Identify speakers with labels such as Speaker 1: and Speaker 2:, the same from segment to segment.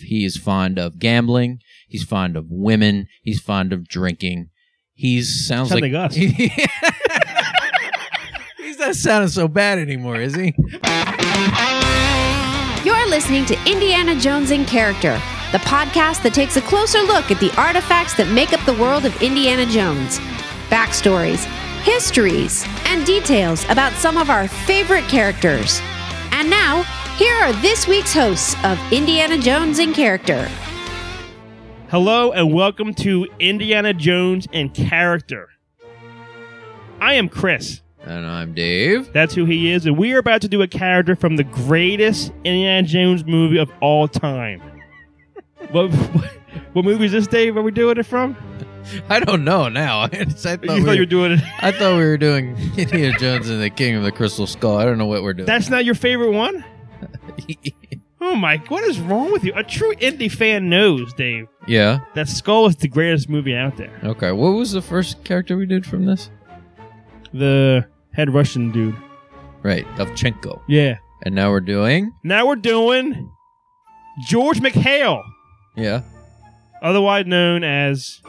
Speaker 1: He is fond of gambling. He's fond of women. He's fond of drinking. He's sounds
Speaker 2: Sounds
Speaker 1: like
Speaker 2: like us.
Speaker 1: He's not sounding so bad anymore, is he?
Speaker 3: You're listening to Indiana Jones in Character, the podcast that takes a closer look at the artifacts that make up the world of Indiana Jones. Backstories, histories, and details about some of our favorite characters. And now, here are this week's hosts of Indiana Jones in Character.
Speaker 2: Hello and welcome to Indiana Jones and Character. I am Chris.
Speaker 1: And I'm Dave.
Speaker 2: That's who he is, and we are about to do a character from the greatest Indiana Jones movie of all time. what, what, what movie is this, Dave? Are we doing it from?
Speaker 1: I don't know now. I thought,
Speaker 2: You
Speaker 1: we
Speaker 2: thought you were
Speaker 1: were,
Speaker 2: doing it.
Speaker 1: I thought we were doing Indiana Jones and the King of the Crystal Skull. I don't know what we're doing.
Speaker 2: That's not your favorite one? Oh my! What is wrong with you? A true indie fan knows, Dave,
Speaker 1: yeah.
Speaker 2: that Skull is the greatest movie out there.
Speaker 1: Okay. What was the first character we did from this?
Speaker 2: The head Russian dude.
Speaker 1: Right, Dovchenko.
Speaker 2: Yeah.
Speaker 1: And now we're doing.
Speaker 2: Now we're doing George McHale,
Speaker 1: Yeah.
Speaker 2: otherwise known as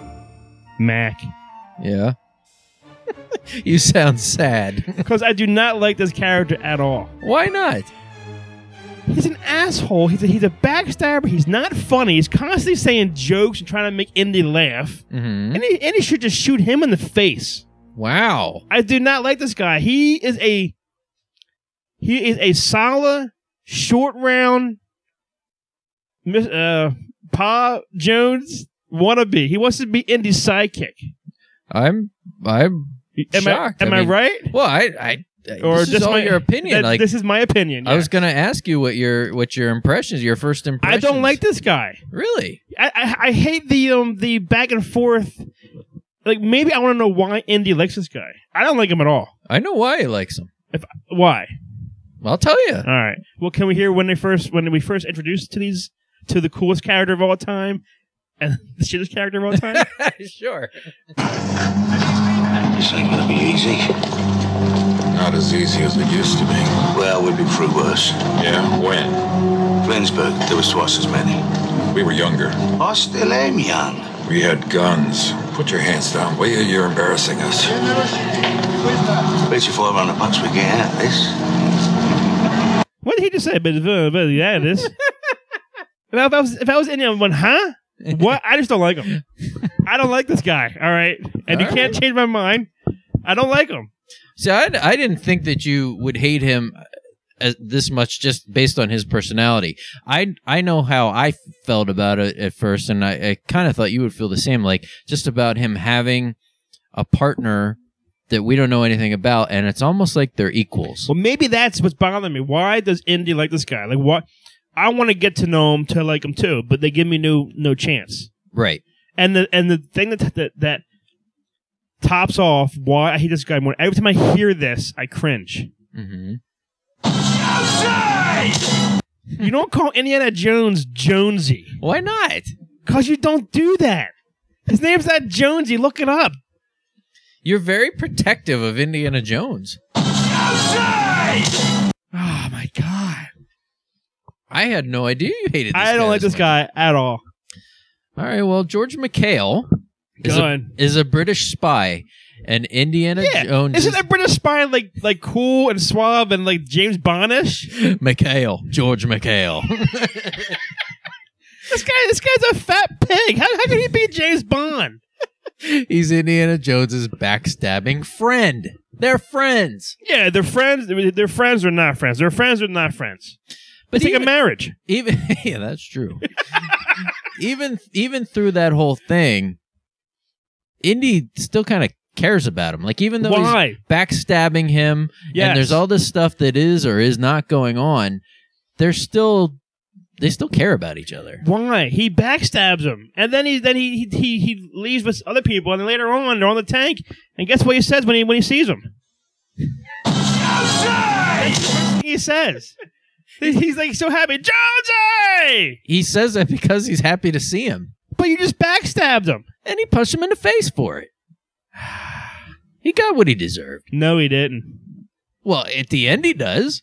Speaker 2: Mac.
Speaker 1: Yeah. you sound sad.
Speaker 2: Because I do not like this character at all.
Speaker 1: Why not?
Speaker 2: He's an asshole. He's a, he's a backstabber. He's not funny. He's constantly saying jokes and trying to make Indy laugh.
Speaker 1: Mm-hmm.
Speaker 2: And he, Indy should just shoot him in the face.
Speaker 1: Wow.
Speaker 2: I do not like this guy. He is a he is a solid short round Miss uh Pa Jones wannabe. He wants to be Indy's sidekick.
Speaker 1: I'm. I'm.
Speaker 2: Am
Speaker 1: Shocked.
Speaker 2: I am
Speaker 1: I
Speaker 2: I,
Speaker 1: mean,
Speaker 2: right?
Speaker 1: Well, I. I
Speaker 2: Or
Speaker 1: this is
Speaker 2: just
Speaker 1: all
Speaker 2: my-
Speaker 1: your opinion.
Speaker 2: That-
Speaker 1: like
Speaker 2: this is my opinion.
Speaker 1: I
Speaker 2: yeah.
Speaker 1: was gonna ask you what your what your impressions, your first
Speaker 2: I
Speaker 1: impressions.
Speaker 2: don't like this guy.
Speaker 1: Really?
Speaker 2: I, I I hate the um the back and forth. Like maybe I want to know why Indy likes this guy. I don't like him at all.
Speaker 1: I know why he likes him.
Speaker 2: Why?
Speaker 1: I'll tell you.
Speaker 2: All right. Well, can we hear when they first when we first introduced to these to the coolest character of all time and the shittest character of all time?
Speaker 1: sure.
Speaker 4: This ain't gonna be easy.
Speaker 5: Not as easy as it used to be.
Speaker 4: Well, we'd be through worse.
Speaker 5: Yeah, when?
Speaker 4: Flensburg, there was twice as many.
Speaker 5: We were younger.
Speaker 4: I still am young.
Speaker 5: We had guns. Put your hands down, will you? You're embarrassing us.
Speaker 4: Bet you 500 bucks we get out of this.
Speaker 2: what did he just say? But uh, but yeah, it is. Well, if I was if I was in him, one, huh? What? I just don't like him. I don't like this guy. All right, and you
Speaker 1: All
Speaker 2: can't change my mind. I don't like him.
Speaker 1: See, I, I didn't think that you would hate him as, this much just based on his personality. I I know how I felt about it at first, and I, I kind of thought you would feel the same. Like just about him having a partner that we don't know anything about, and it's almost like they're equals.
Speaker 2: Well, maybe that's what's bothering me. Why does Indy like this guy? Like, what? I want to get to know him to like him too, but they give me no no chance.
Speaker 1: Right.
Speaker 2: And the and the thing that that, that tops off why I hate this guy more. Every time I hear this, I cringe.
Speaker 1: Mm-hmm.
Speaker 2: You don't call Indiana Jones Jonesy
Speaker 1: Why not?
Speaker 2: because you don't do that. His name's not Jonesy. Look it up.
Speaker 1: You're very protective of Indiana Jones.
Speaker 2: Oh my god!
Speaker 1: I had no idea you hated. This
Speaker 2: I don't
Speaker 1: guy
Speaker 2: like this
Speaker 1: much.
Speaker 2: guy at all.
Speaker 1: All right. Well, George McHale is a-
Speaker 2: Done.
Speaker 1: is a British spy, and Indiana
Speaker 2: Yeah,
Speaker 1: Jones
Speaker 2: isn't that British spy like like cool and suave and like James Bondish?
Speaker 1: McHale, George McHale.
Speaker 2: This guy, this guy's a fat pig. How, how can he be James Bond?
Speaker 1: He's Indiana Jones's backstabbing friend. They're friends.
Speaker 2: Yeah, they're friends. They're friends or not friends. They're friends or not friends.
Speaker 1: But
Speaker 2: It's like a
Speaker 1: even,
Speaker 2: marriage.
Speaker 1: even yeah, that's true. even even through that whole thing, Indy still kind of cares about him. Like even though he's
Speaker 2: Why?
Speaker 1: backstabbing him,
Speaker 2: Yes.
Speaker 1: and there's all this stuff that is or is not going on, they're still they still care about each other.
Speaker 2: Why he backstabs him, and then he then he he he- he leaves with other people, and then later on they're on the tank, and guess what he says when he when he sees him? he says. He's like so happy, Jonesy!
Speaker 1: He says that because he's happy to see him.
Speaker 2: But you just backstabbed him.
Speaker 1: and he punched him in the face for it. He got what he deserved.
Speaker 2: No, he didn't.
Speaker 1: Well, at the end, he does.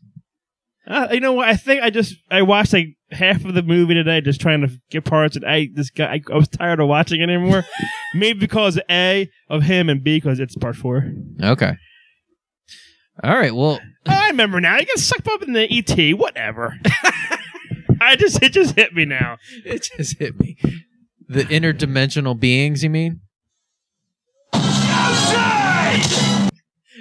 Speaker 2: Uh, you know what? I think I just I watched like half of the movie today, just trying to get parts, and I just got I, I was tired of watching it anymore. Maybe because a of him and b because it's part four.
Speaker 1: Okay. All right. Well,
Speaker 2: I remember now. You get sucked up in the ET. Whatever. I just it just hit me now.
Speaker 1: it just hit me. The interdimensional beings, you mean?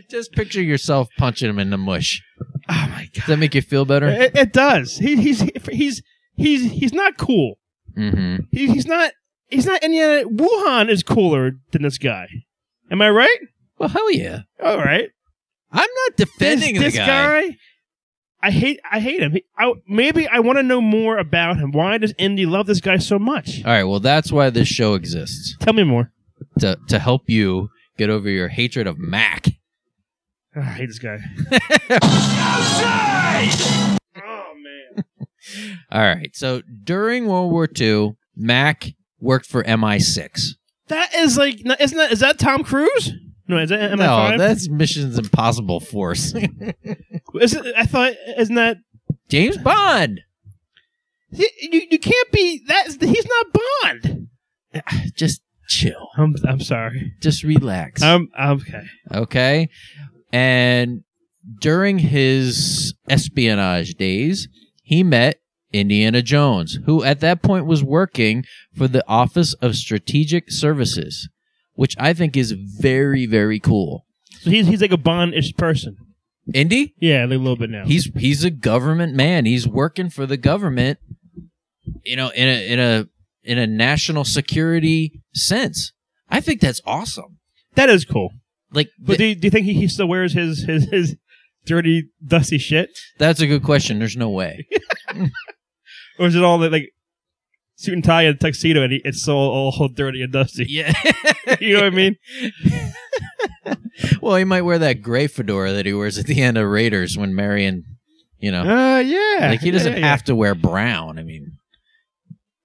Speaker 1: Just picture yourself punching him in the mush.
Speaker 2: Oh my
Speaker 1: Does that make you feel better?
Speaker 2: It, it does. He, he's he's he's he's not cool.
Speaker 1: Mm-hmm.
Speaker 2: He, he's not he's not Indiana. Wuhan is cooler than this guy. Am I right?
Speaker 1: Well, hell yeah.
Speaker 2: All right.
Speaker 1: I'm not defending
Speaker 2: this,
Speaker 1: the
Speaker 2: this
Speaker 1: guy.
Speaker 2: I hate I hate him. He- I, maybe I want to know more about him. Why does Indy love this guy so much?
Speaker 1: All right. Well, that's why this show exists
Speaker 2: Tell me more.
Speaker 1: to to help you get over your hatred of Mac.
Speaker 2: Ah, I hate this guy. oh man.
Speaker 1: All right. So during World War II, Mac worked for MI6.
Speaker 2: That is like no, isn't that is that Tom Cruise? No, is that MI5?
Speaker 1: No, that's Mission's Impossible Force.
Speaker 2: Is it, I thought isn't that
Speaker 1: James Bond.
Speaker 2: you, you you can't be that's he's not Bond.
Speaker 1: Just chill.
Speaker 2: I'm I'm sorry.
Speaker 1: Just relax.
Speaker 2: I'm I'm okay.
Speaker 1: okay. And during his espionage days, he met Indiana Jones, who at that point was working for the Office of Strategic Services, which I think is very, very cool.
Speaker 2: So he's he's like a Bond-ish person.
Speaker 1: Indy,
Speaker 2: Yeah, like a little bit now.
Speaker 1: he's he's a government man. He's working for the government, you know, in a in a in a national security sense. I think that's awesome.
Speaker 2: that is cool.
Speaker 1: Like
Speaker 2: But
Speaker 1: th-
Speaker 2: do you, do you think he, he still wears his, his his dirty dusty shit,
Speaker 1: that's a good question. There's no way.
Speaker 2: or is it all like suit and tie and tuxedo, and he, it's so all dirty and dusty?
Speaker 1: Yeah.
Speaker 2: You know what I mean?
Speaker 1: well, he might wear that gray fedora that he wears at the end of Raiders when Marion, you know,
Speaker 2: Uh, yeah.
Speaker 1: like he doesn't
Speaker 2: Yeah, yeah,
Speaker 1: have to wear brown. I mean,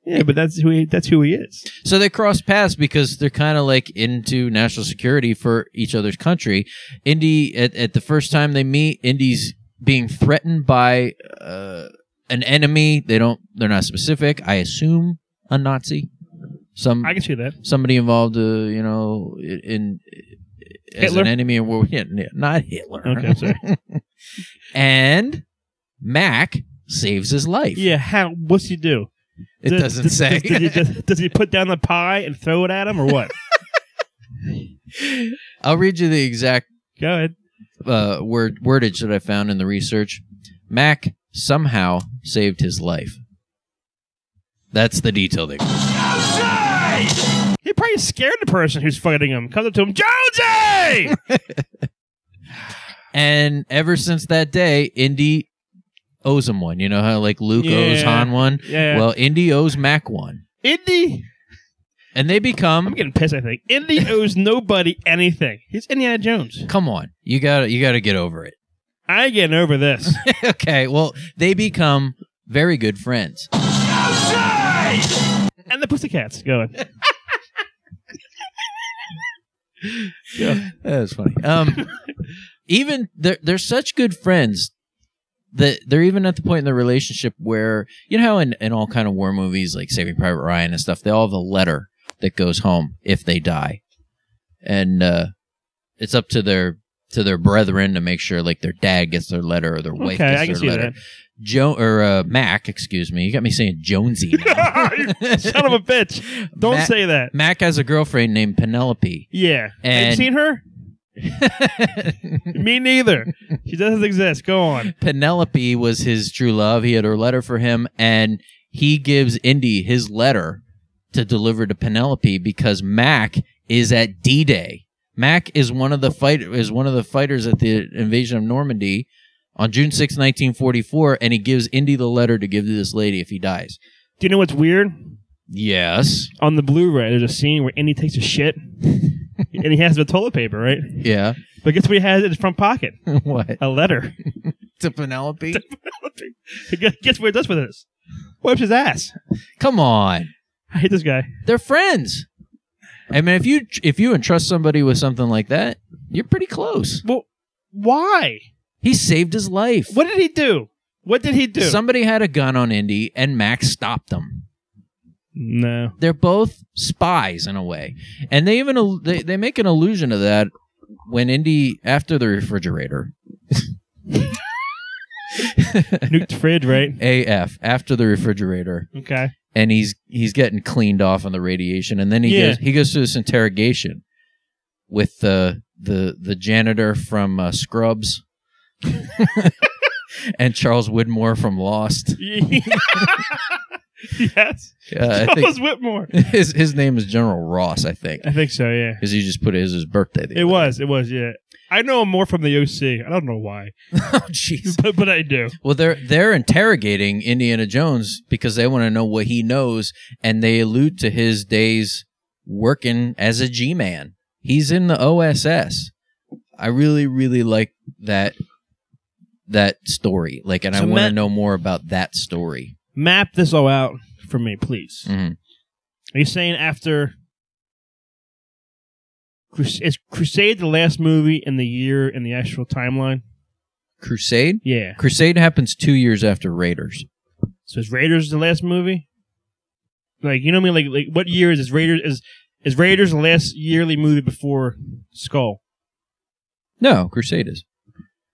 Speaker 2: Yeah. yeah, but that's who he, that's who he is.
Speaker 1: So they cross paths because they're kind of like into national security for each other's country. Indy, at, at the first time they meet, Indy's being threatened by uh, an enemy. They don't. They're not specific. I assume a Nazi. Some
Speaker 2: I can see that.
Speaker 1: somebody involved. Uh, you know, in, in as
Speaker 2: Hitler?
Speaker 1: an enemy in World War. Yeah, not Hitler.
Speaker 2: Okay, I'm sorry.
Speaker 1: and Mac saves his life.
Speaker 2: yeah, how? What's he do?
Speaker 1: it
Speaker 2: Does-
Speaker 1: doesn't
Speaker 2: does-
Speaker 1: say.
Speaker 2: Does, he, does, does he put down the pie and throw it at him, or what?
Speaker 1: I'll read you the exact
Speaker 2: Go ahead.
Speaker 1: uh, word wordage that I found in the research, Mac somehow saved his life. That's the detail they.
Speaker 2: He probably scared the person who's fighting him. Comes up to him, Jonesy.
Speaker 1: And ever since that day, Indy owes him one. You know how like Luke owes
Speaker 2: Yeah.
Speaker 1: Han one.
Speaker 2: yeah.
Speaker 1: Well, Indy owes Mac one,
Speaker 2: Indy.
Speaker 1: and they
Speaker 2: I'm
Speaker 1: become.
Speaker 2: getting pissed. I think Indy owes nobody anything. He's Indiana Jones.
Speaker 1: Come on, you gotta you gotta get over it.
Speaker 2: I ain't getting over this.
Speaker 1: okay, well they become very good friends.
Speaker 2: and the Pussycats going. yeah.
Speaker 1: That's funny. Um, even they're they're such good friends that they're even at the point in the relationship where you know how in, in all kind of war movies like Saving Private Ryan and stuff, they all have a letter that goes home if they die, and uh, it's up to their to their brethren to make sure like their dad gets their letter or their wife
Speaker 2: Okay,
Speaker 1: gets
Speaker 2: I can
Speaker 1: their
Speaker 2: see
Speaker 1: letter. Joe or uh, Mac, excuse me, you got me saying Jonesy. Now.
Speaker 2: that. You Son of a bitch! Don't
Speaker 1: Matt-
Speaker 2: say that.
Speaker 1: Mac has a girlfriend named Penelope.
Speaker 2: Yeah, have
Speaker 1: And-
Speaker 2: you seen her? Me neither. She doesn't exist. Go on.
Speaker 1: Penelope was his true love. He had her letter for him, and he gives Indy his letter to deliver to Penelope because Mac is at D Day. Mac is one of the fight is one of the fighters at the invasion of Normandy on June 6, 1944, and he gives Indy the letter to give to this lady if he dies.
Speaker 2: Do you know what's weird?
Speaker 1: Yes.
Speaker 2: On the Blu-ray, there's a scene where Indy takes a shit, and he has the toilet paper, right?
Speaker 1: Yeah.
Speaker 2: But guess what he has in his front pocket?
Speaker 1: what?
Speaker 2: A letter.
Speaker 1: To Penelope?
Speaker 2: Guess- Guess what he does with this? Wipes his ass.
Speaker 1: Come on.
Speaker 2: I hate this guy.
Speaker 1: They're friends. I mean, if you if you entrust somebody with something like that, you're pretty close.
Speaker 2: Well, why?
Speaker 1: He saved his life.
Speaker 2: What did he do? What did he do?
Speaker 1: Somebody had a gun on Indy, and Max stopped them.
Speaker 2: no.
Speaker 1: They're both spies in a way, and they even al- they, they make an allusion to that when Indy after the refrigerator.
Speaker 2: Nuked fridge, right?
Speaker 1: AF after the refrigerator.
Speaker 2: Okay.
Speaker 1: and he's he's getting cleaned off on the radiation, and then he
Speaker 2: Yeah.
Speaker 1: goes he goes through this interrogation with the the the janitor from uh, Scrubs and Charles Widmore from Lost.
Speaker 2: yes.
Speaker 1: Uh, I
Speaker 2: Charles
Speaker 1: think
Speaker 2: Whitmore.
Speaker 1: his his name is General Ross, I think,
Speaker 2: I think so, yeah.
Speaker 1: because he just put it as his birthday. the
Speaker 2: It
Speaker 1: other day.
Speaker 2: was. It was, yeah. I know him more from the OC. I don't know why,
Speaker 1: oh jeez.
Speaker 2: but, but I do.
Speaker 1: Well, they're they're interrogating Indiana Jones because they want to know what he knows, and they allude to his days working as a G man. He's in the OSS. I really, really like that that story. Like, and I
Speaker 2: So
Speaker 1: want to
Speaker 2: Matt-
Speaker 1: know more about that story.
Speaker 2: Map this all out for me, please.
Speaker 1: Mhm.
Speaker 2: Are you saying after Crus- is Crusade the last movie in the year in the actual timeline?
Speaker 1: Crusade.
Speaker 2: Yeah.
Speaker 1: Crusade happens two years after Raiders.
Speaker 2: So is Raiders the last movie? Like you know what I mean? Like like what year is is Raiders is is Raiders the last yearly movie before Skull?
Speaker 1: No, Crusade is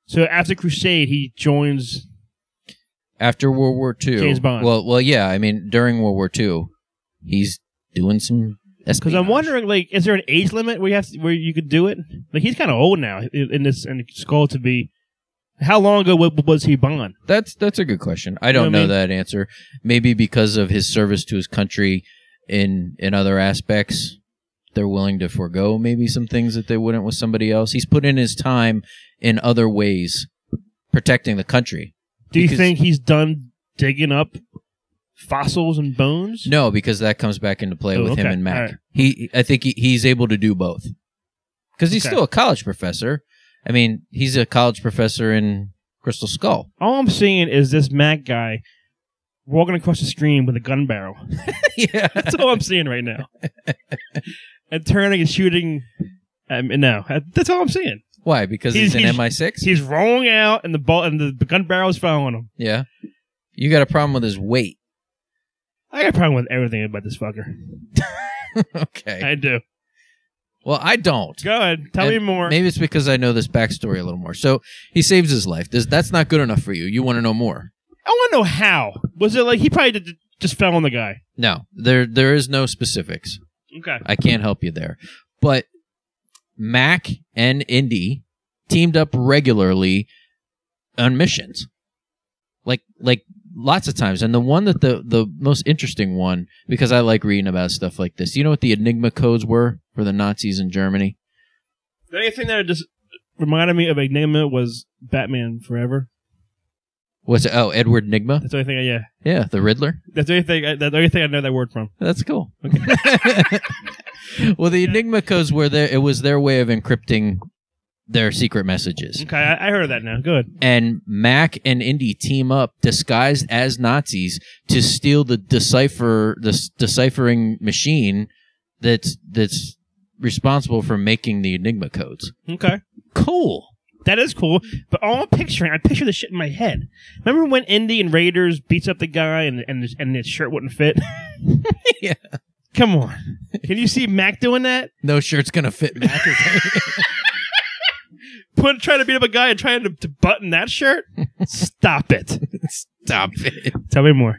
Speaker 2: So after Crusade, he joins.
Speaker 1: after World War II.
Speaker 2: James Bond.
Speaker 1: Well, well, yeah. I mean, during World War II, he's doing some.
Speaker 2: Because I'm wondering, like, is there an age limit where you have to, where you could do it? Like he's kind of old now i- in this in Skull to be. How long ago wa- was he Bond?
Speaker 1: That's that's a good question. I don't know,
Speaker 2: know what I
Speaker 1: that answer. Maybe because of his service to his country in in other aspects, they're willing to forego maybe some things that they wouldn't with somebody else. He's put in his time in other ways, protecting the country.
Speaker 2: Do you
Speaker 1: Because-
Speaker 2: think he's done digging up fossils and bones?
Speaker 1: No, because that comes back into play
Speaker 2: Oh,
Speaker 1: with him
Speaker 2: okay.
Speaker 1: and Mac.
Speaker 2: All right.
Speaker 1: He, I think he, he's able to do both because he's
Speaker 2: Okay.
Speaker 1: still a college professor. I mean, he's a college professor in Crystal Skull.
Speaker 2: All I'm seeing is this Mac guy walking across the stream with a gun barrel.
Speaker 1: yeah,
Speaker 2: That's all I'm seeing right now. and turning and shooting. Um, no, uh, that's all I'm seeing.
Speaker 1: why? Because
Speaker 2: He's-
Speaker 1: he's,
Speaker 2: he's-
Speaker 1: an MI6.
Speaker 2: He's rolling out, and the ball and the gun barrel is following him.
Speaker 1: Yeah. You got a problem with his weight.
Speaker 2: I got a problem with everything about this fucker.
Speaker 1: okay.
Speaker 2: I do.
Speaker 1: well, I don't.
Speaker 2: Go ahead, tell me
Speaker 1: And
Speaker 2: more.
Speaker 1: Maybe it's because I know this backstory a little more. So he saves his life. This, that's not good enough for you. You want to know more.
Speaker 2: I want to know how was it like he probably did, just fell on the guy.
Speaker 1: No, there there is no specifics.
Speaker 2: Okay,
Speaker 1: I can't help you there. But Mac and Indy teamed up regularly on missions. Like like lots of times. And the one that the the most interesting one, because I like reading about stuff like this, you know what the Enigma codes were for the Nazis in Germany?
Speaker 2: the only thing that just reminded me of Enigma was Batman Forever.
Speaker 1: What's it? Oh, Edward Nigma.
Speaker 2: That's the only thing. I, yeah,
Speaker 1: Yeah, the Riddler.
Speaker 2: that's the only thing. I, that's the only thing I know that word from.
Speaker 1: That's cool. well, the Enigma codes were there. It was their way of encrypting their secret messages.
Speaker 2: Okay, I, I heard of that now. Good.
Speaker 1: And Mac and Indy team up, disguised as Nazis, to steal the decipher the s- deciphering machine that's that's responsible for making the Enigma codes.
Speaker 2: Okay.
Speaker 1: Cool.
Speaker 2: That is cool. But all I'm picturing, I picture this shit in my head. Remember when Indy and Raiders beats up the guy and and and his shirt wouldn't fit?
Speaker 1: Yeah.
Speaker 2: Come on. Can you see Mac doing that?
Speaker 1: No shirt's gonna fit Mac.
Speaker 2: Put trying to beat up a guy and trying to, to button that shirt? Stop it.
Speaker 1: Stop it.
Speaker 2: Tell me more.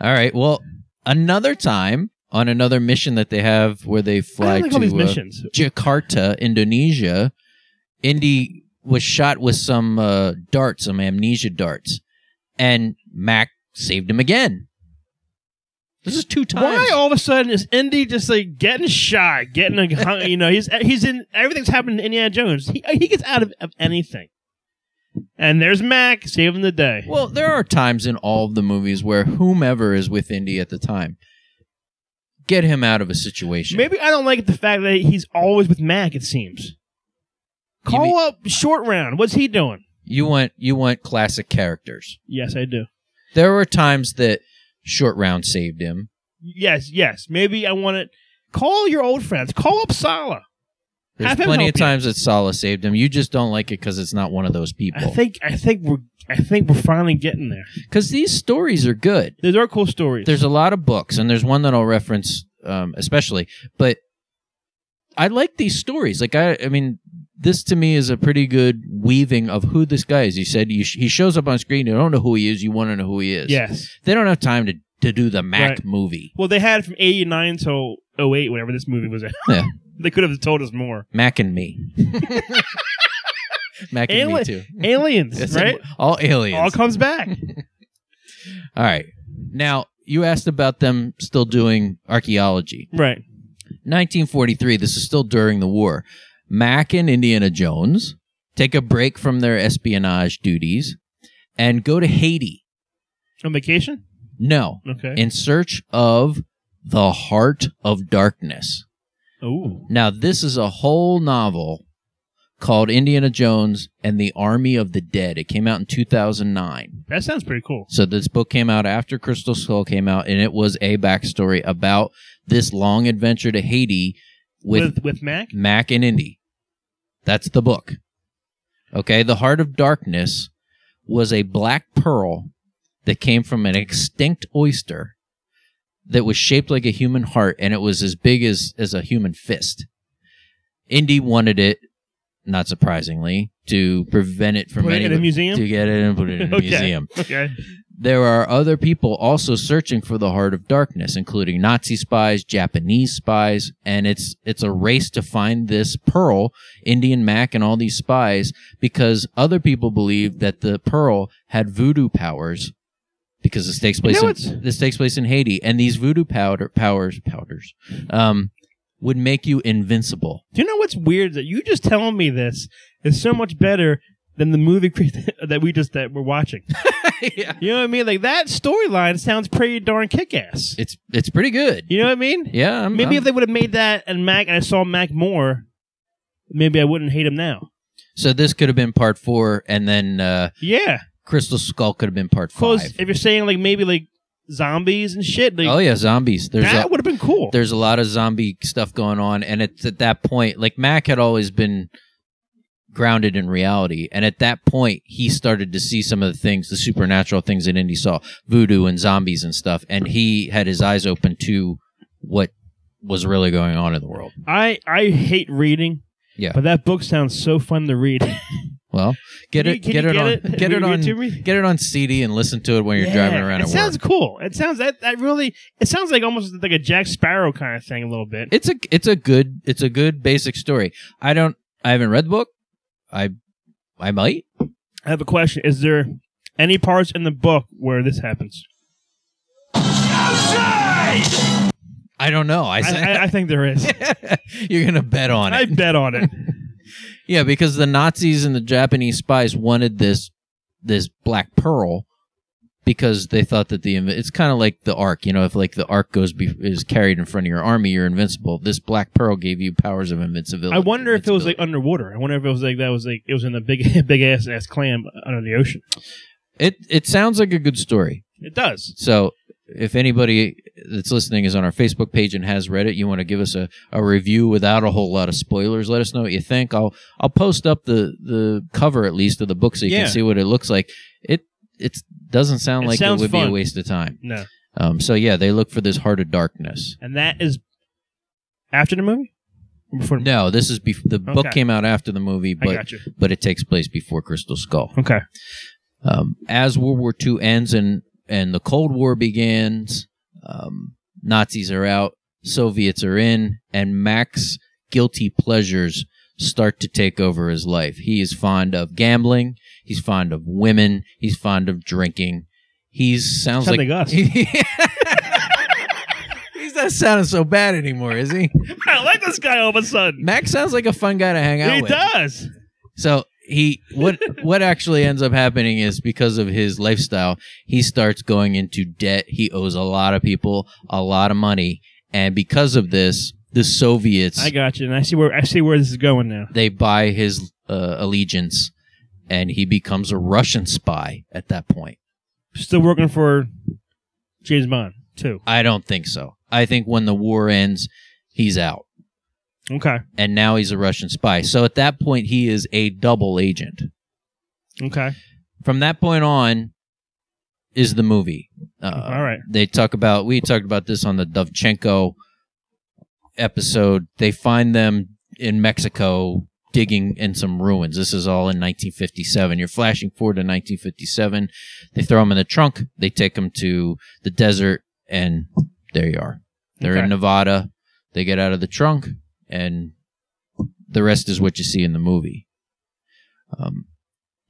Speaker 1: All right. Well, another time on another mission that they have where they
Speaker 2: I
Speaker 1: fly
Speaker 2: don't like all these
Speaker 1: to uh,
Speaker 2: missions.
Speaker 1: Jakarta, Indonesia, Indy was shot with some uh, darts, some amnesia darts, and Mac saved him again. This is two times.
Speaker 2: Why all of a sudden is Indy just like getting shot, getting a, hung- you know he's he's in everything's happening to Indiana Jones. He he gets out of, of anything. And there's Mac saving the day.
Speaker 1: Well, there are times in all of the movies where whomever is with Indy at the time, get him out of a situation.
Speaker 2: Maybe I don't like the fact that he's always with Mac. It seems.
Speaker 1: You
Speaker 2: Call
Speaker 1: mean-
Speaker 2: up short round. What's he doing?
Speaker 1: you want you want classic characters.
Speaker 2: Yes, I do.
Speaker 1: There were times that Short Round saved him.
Speaker 2: Yes, yes. Maybe I want to call your old friends. Call up Sala.
Speaker 1: There's
Speaker 2: I can
Speaker 1: plenty of
Speaker 2: help you.
Speaker 1: times that Sala saved him. You just don't like it because it's not one of those
Speaker 2: I
Speaker 1: people.
Speaker 2: think I think we're I think we're finally getting there.
Speaker 1: Because these stories are good.
Speaker 2: These are cool stories.
Speaker 1: There's a lot of books, and there's one that I'll reference um, especially. But I like these stories. Like I, I mean, this to me is a pretty good weaving of who this guy is. He said you sh- he shows up on screen. You don't know who he is. You want to know who he is.
Speaker 2: yes.
Speaker 1: They don't have time to to do the Mac
Speaker 2: Right.
Speaker 1: movie.
Speaker 2: Well, they had it from eighty nine till 08, whenever this movie was. out.
Speaker 1: Yeah.
Speaker 2: they could have told us more.
Speaker 1: Mac and me. Mac and me
Speaker 2: Alien-
Speaker 1: too.
Speaker 2: Aliens,
Speaker 1: It's
Speaker 2: right?
Speaker 1: All aliens.
Speaker 2: All comes back.
Speaker 1: All right. Now, you asked about them still doing archaeology.
Speaker 2: right.
Speaker 1: 1943, this is still during the war. Mac and Indiana Jones take a break from their espionage duties and go to Haiti.
Speaker 2: On vacation?
Speaker 1: No,
Speaker 2: Okay.
Speaker 1: in search of the heart of darkness.
Speaker 2: oh.
Speaker 1: Now, this is a whole novel called Indiana Jones and the Army of the Dead. It came out in 2009.
Speaker 2: That sounds pretty cool.
Speaker 1: So this book came out after Crystal Skull came out, and it was a backstory about this long adventure to Haiti with,
Speaker 2: With with Mac?
Speaker 1: Mac and Indy. That's the book. Okay, The Heart of Darkness was a black pearl that came from an extinct oyster that was shaped like a human heart, and it was as big as as a human fist. Indy wanted it, not surprisingly, to prevent it from
Speaker 2: Put it in
Speaker 1: anyone-
Speaker 2: a museum?
Speaker 1: to get it and put it in a
Speaker 2: Okay.
Speaker 1: museum.
Speaker 2: Okay.
Speaker 1: There are other people also searching for the heart of darkness, including Nazi spies, Japanese spies, and it's it's a race to find this pearl, Indian Mac and all these spies, because other people believe that the pearl had voodoo powers because this takes place
Speaker 2: know
Speaker 1: in,
Speaker 2: it's-
Speaker 1: this takes place in Haiti, and these voodoo powder powers powders um, would make you invincible.
Speaker 2: Do you know what's weird that you just telling me this is so much better than the movie cre- that we just that we're watching.
Speaker 1: yeah.
Speaker 2: You know what I mean? Like that storyline sounds pretty darn kick ass.
Speaker 1: It's it's pretty good.
Speaker 2: You know what I mean?
Speaker 1: Yeah, I'm,
Speaker 2: Maybe
Speaker 1: I'm-
Speaker 2: if they would have made that and Mac and I saw Mac more, maybe I wouldn't hate him now.
Speaker 1: so this could have been part four, and then. Uh,
Speaker 2: Yeah,
Speaker 1: Crystal Skull could have been part
Speaker 2: close.
Speaker 1: five.
Speaker 2: If you're saying like maybe like zombies and shit, like
Speaker 1: oh yeah, zombies. There's
Speaker 2: that
Speaker 1: a,
Speaker 2: would have been cool.
Speaker 1: there's a lot of zombie stuff going on, and it's at that point like Mac had always been grounded in reality, and at that point he started to see some of the things, the supernatural things that Indy saw, voodoo and zombies and stuff, and he had his eyes open to what was really going on in the world.
Speaker 2: I I hate reading.
Speaker 1: Yeah.
Speaker 2: but that book sounds so fun to read.
Speaker 1: Well, get
Speaker 2: Can
Speaker 1: it,
Speaker 2: you- can
Speaker 1: get
Speaker 2: you
Speaker 1: it
Speaker 2: get
Speaker 1: on,
Speaker 2: it?
Speaker 1: get
Speaker 2: Will
Speaker 1: it
Speaker 2: you
Speaker 1: on,
Speaker 2: give it to me?
Speaker 1: get it on CD and listen to it when you're
Speaker 2: Yeah,
Speaker 1: driving around.
Speaker 2: It
Speaker 1: at
Speaker 2: sounds
Speaker 1: work.
Speaker 2: cool. It sounds that that really. It sounds like almost like a Jack Sparrow kind of thing a little bit.
Speaker 1: it's a it's a good it's a good basic story. I don't I haven't read the book. I I might.
Speaker 2: I have a question. Is there any parts in the book where this happens?
Speaker 1: I don't know. I,
Speaker 2: I, I, I think there is.
Speaker 1: you're gonna bet on
Speaker 2: I
Speaker 1: it.
Speaker 2: bet on it.
Speaker 1: yeah, because the Nazis and the Japanese spies wanted this this black pearl because they thought that the inv- it's kind of like the ark. You know, if like the ark goes be- is carried in front of your army, you're invincible. This black pearl gave you powers of invincibility.
Speaker 2: I wonder if it was like
Speaker 1: invincibility.
Speaker 2: underwater. I wonder if it was like that was like it was in a big big ass ass clam under the ocean.
Speaker 1: it. It sounds like a good story.
Speaker 2: It does.
Speaker 1: So if anybody that's listening is on our Facebook page and has read it, you want to give us a, a review without a whole lot of spoilers. Let us know what you think. I'll I'll post up the, the cover at least of the book so you
Speaker 2: Yeah.
Speaker 1: can see what it looks like. It it doesn't sound
Speaker 2: It
Speaker 1: like it
Speaker 2: sounds
Speaker 1: would be a
Speaker 2: fun.
Speaker 1: waste of time.
Speaker 2: No,
Speaker 1: Um, so yeah, they look for this heart of darkness.
Speaker 2: and that is after the movie. Or Before the
Speaker 1: No, this is bef- the book
Speaker 2: Okay.
Speaker 1: came out after the movie,
Speaker 2: I
Speaker 1: but
Speaker 2: got you.
Speaker 1: but it takes place before Crystal Skull.
Speaker 2: Okay.
Speaker 1: um, as World War II ends and and the Cold War begins, um, Nazis are out, Soviets are in, and Mac's guilty pleasures start to take over his life. He is fond of gambling. He's fond of women. He's fond of drinking. He's sounds
Speaker 2: Sounds
Speaker 1: like,
Speaker 2: like us.
Speaker 1: He's not sounding so bad anymore, is he?
Speaker 2: I like this guy all of a sudden.
Speaker 1: Mac sounds like a fun guy to hang out
Speaker 2: He
Speaker 1: with.
Speaker 2: does.
Speaker 1: So he what what actually ends up happening is because of his lifestyle, he starts going into debt. He owes a lot of people a lot of money, and because of this, the Soviets
Speaker 2: I got you, and I see where I see where this is going now.
Speaker 1: they buy his uh, allegiance, and he becomes a Russian spy at that point.
Speaker 2: Still working for James Bond too.
Speaker 1: I don't think so. I think when the war ends, he's out.
Speaker 2: Okay.
Speaker 1: and now he's a Russian spy. So at that point, he is a double agent.
Speaker 2: Okay.
Speaker 1: From that point on, is the movie. Uh,
Speaker 2: All right.
Speaker 1: They talk about we talked about this on the Dovchenko episode. They find them in Mexico digging in some ruins. This is all in 1957. You're flashing forward to 1957. They throw them in the trunk. They take them to the desert, and there you are. They're
Speaker 2: Okay.
Speaker 1: in Nevada. They get out of the trunk, and the rest is what you see in the movie. Um,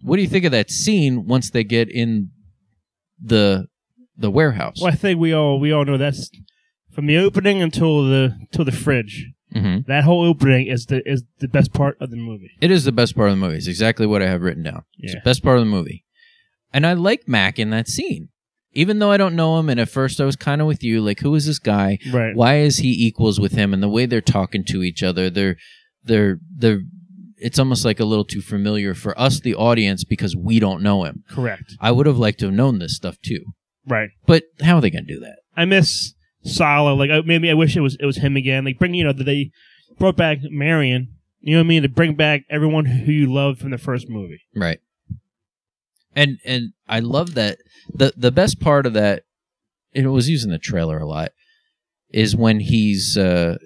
Speaker 1: what do you think of that scene once they get in the the warehouse?
Speaker 2: Well, I think we all we all know that's from the opening until the till the fridge.
Speaker 1: Mm-hmm.
Speaker 2: That whole opening is the is the best part of the movie.
Speaker 1: It is the best part of the movie. It's exactly what I have written down. It's
Speaker 2: Yeah.
Speaker 1: the best part of the movie. And I like Mac in that scene. Even though I don't know him, and at first I was kind of with you, like, who is this guy?
Speaker 2: Right.
Speaker 1: Why is he equals with him? And the way they're talking to each other, they're, they're, they're, it's almost like a little too familiar for us, the audience, because we don't know him.
Speaker 2: Correct.
Speaker 1: I would have liked to have known this stuff too.
Speaker 2: Right.
Speaker 1: But how are they going to do that?
Speaker 2: I miss Sala. Like I- maybe I wish it was it was him again. Like bring you know that they brought back Marion. You know what I mean? To bring back everyone who you loved from the first movie.
Speaker 1: Right. And and I love that the the best part of that and it was using the trailer a lot is when he's uh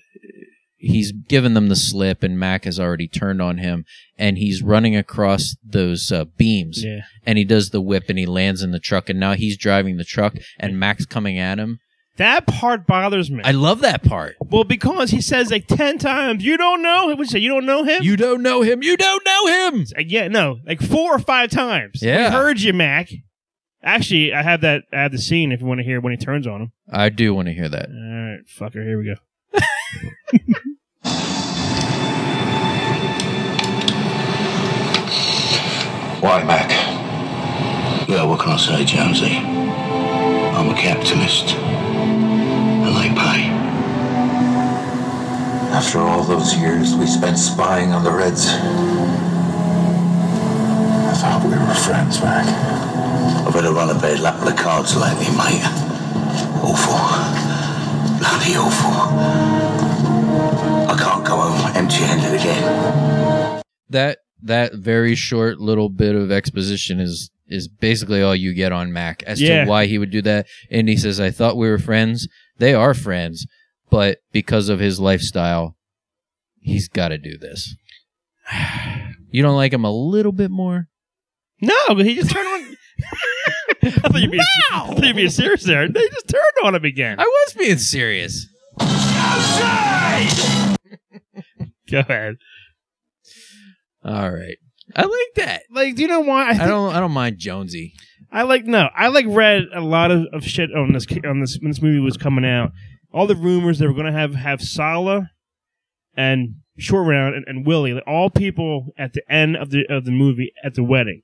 Speaker 1: he's given them the slip and Mac has already turned on him and he's running across those uh, beams
Speaker 2: Yeah.
Speaker 1: and he does the whip and he lands in the truck and now he's driving the truck and Mac's coming at him.
Speaker 2: That part bothers me.
Speaker 1: I love that part.
Speaker 2: well, because he says like ten times, "You don't know him." What you say? You don't know him?
Speaker 1: You don't know him. You don't know him.
Speaker 2: Like, yeah, no, like four or five times.
Speaker 1: Yeah.
Speaker 2: we heard you, Mac. Actually, I have that. I have the scene if you want to hear when he turns on him.
Speaker 1: I do want to hear that.
Speaker 2: All right, fucker. Here we go.
Speaker 5: Why, Mac?
Speaker 4: Yeah, what can I say, Jonesy? I'm a capitalist. I like pie.
Speaker 5: After all those years we spent spying on the Reds, I thought we were friends, Mac.
Speaker 4: I've had a run of bad luck with the cards lately, mate. Awful. Bloody awful. I can't go home empty-handed again.
Speaker 1: that that very short little bit of exposition is is basically all you get on Mac as
Speaker 2: Yeah.
Speaker 1: to why he would do that. And he says, "I thought we were friends. They are friends, but because of his lifestyle, he's got to do this." You don't like him a little bit more?
Speaker 2: No, but he just turned on. I thought you'd be I thought you'd be serious there. They just turned on him again.
Speaker 1: I was being serious.
Speaker 2: Go ahead.
Speaker 1: All right, I like that.
Speaker 2: Like, do you know why? I, think,
Speaker 1: I
Speaker 2: I,
Speaker 1: don't. I don't mind Jonesy.
Speaker 2: like no. I like read a lot of, of shit on this on this when this movie was coming out. All the rumors they were going to have have Sala and Short Round and, and Willie, like, all people at the end of the of the movie at the wedding.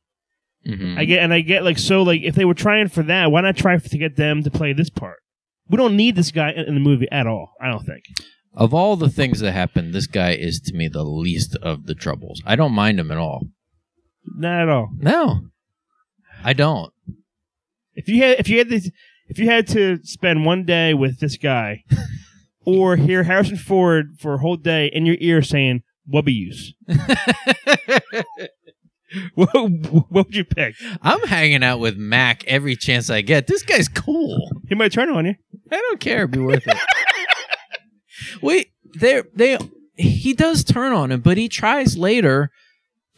Speaker 1: Mhm.
Speaker 2: I get and I get like so like if they were trying for that, why not try to get them to play this part? We don't need this guy in, in the movie at all. I don't think.
Speaker 1: of all the things that happened, this guy is to me the least of the troubles. I don't mind him at all.
Speaker 2: Not at all.
Speaker 1: No, I don't.
Speaker 2: If you had if you had this if you had to spend one day with this guy or hear Harrison Ford for a whole day in your ear saying "What be use?" what, what would you pick?
Speaker 1: I'm hanging out with Mac every chance I get. This guy's cool.
Speaker 2: He might turn on you.
Speaker 1: I don't care. It'd be worth it. Wait, they they he does turn on him, but he tries later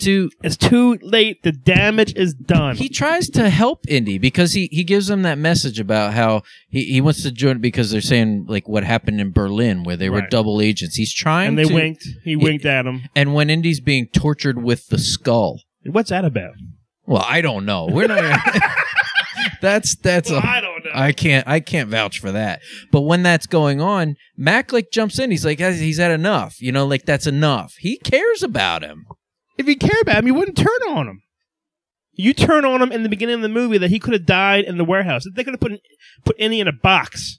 Speaker 1: to
Speaker 2: It's too late. The damage is done.
Speaker 1: he tries to help Indy because he he gives them that message about how he, he wants to join because they're saying like what happened in Berlin where they were
Speaker 2: Right.
Speaker 1: double agents. He's trying
Speaker 2: and they
Speaker 1: to,
Speaker 2: winked. He winked at him.
Speaker 1: and when Indy's being tortured with the skull.
Speaker 2: What's that about?
Speaker 1: Well, I don't know. We're not. that's that's a
Speaker 2: I don't know.
Speaker 1: I can't I can't vouch for that. But when that's going on, Mac like jumps in. He's like "Guys, he's had enough. You know, like that's enough. He cares about him.
Speaker 2: if you cared about him, you wouldn't turn on him. You turn on him in the beginning of the movie that he could have died in the warehouse. They could have put put any in a box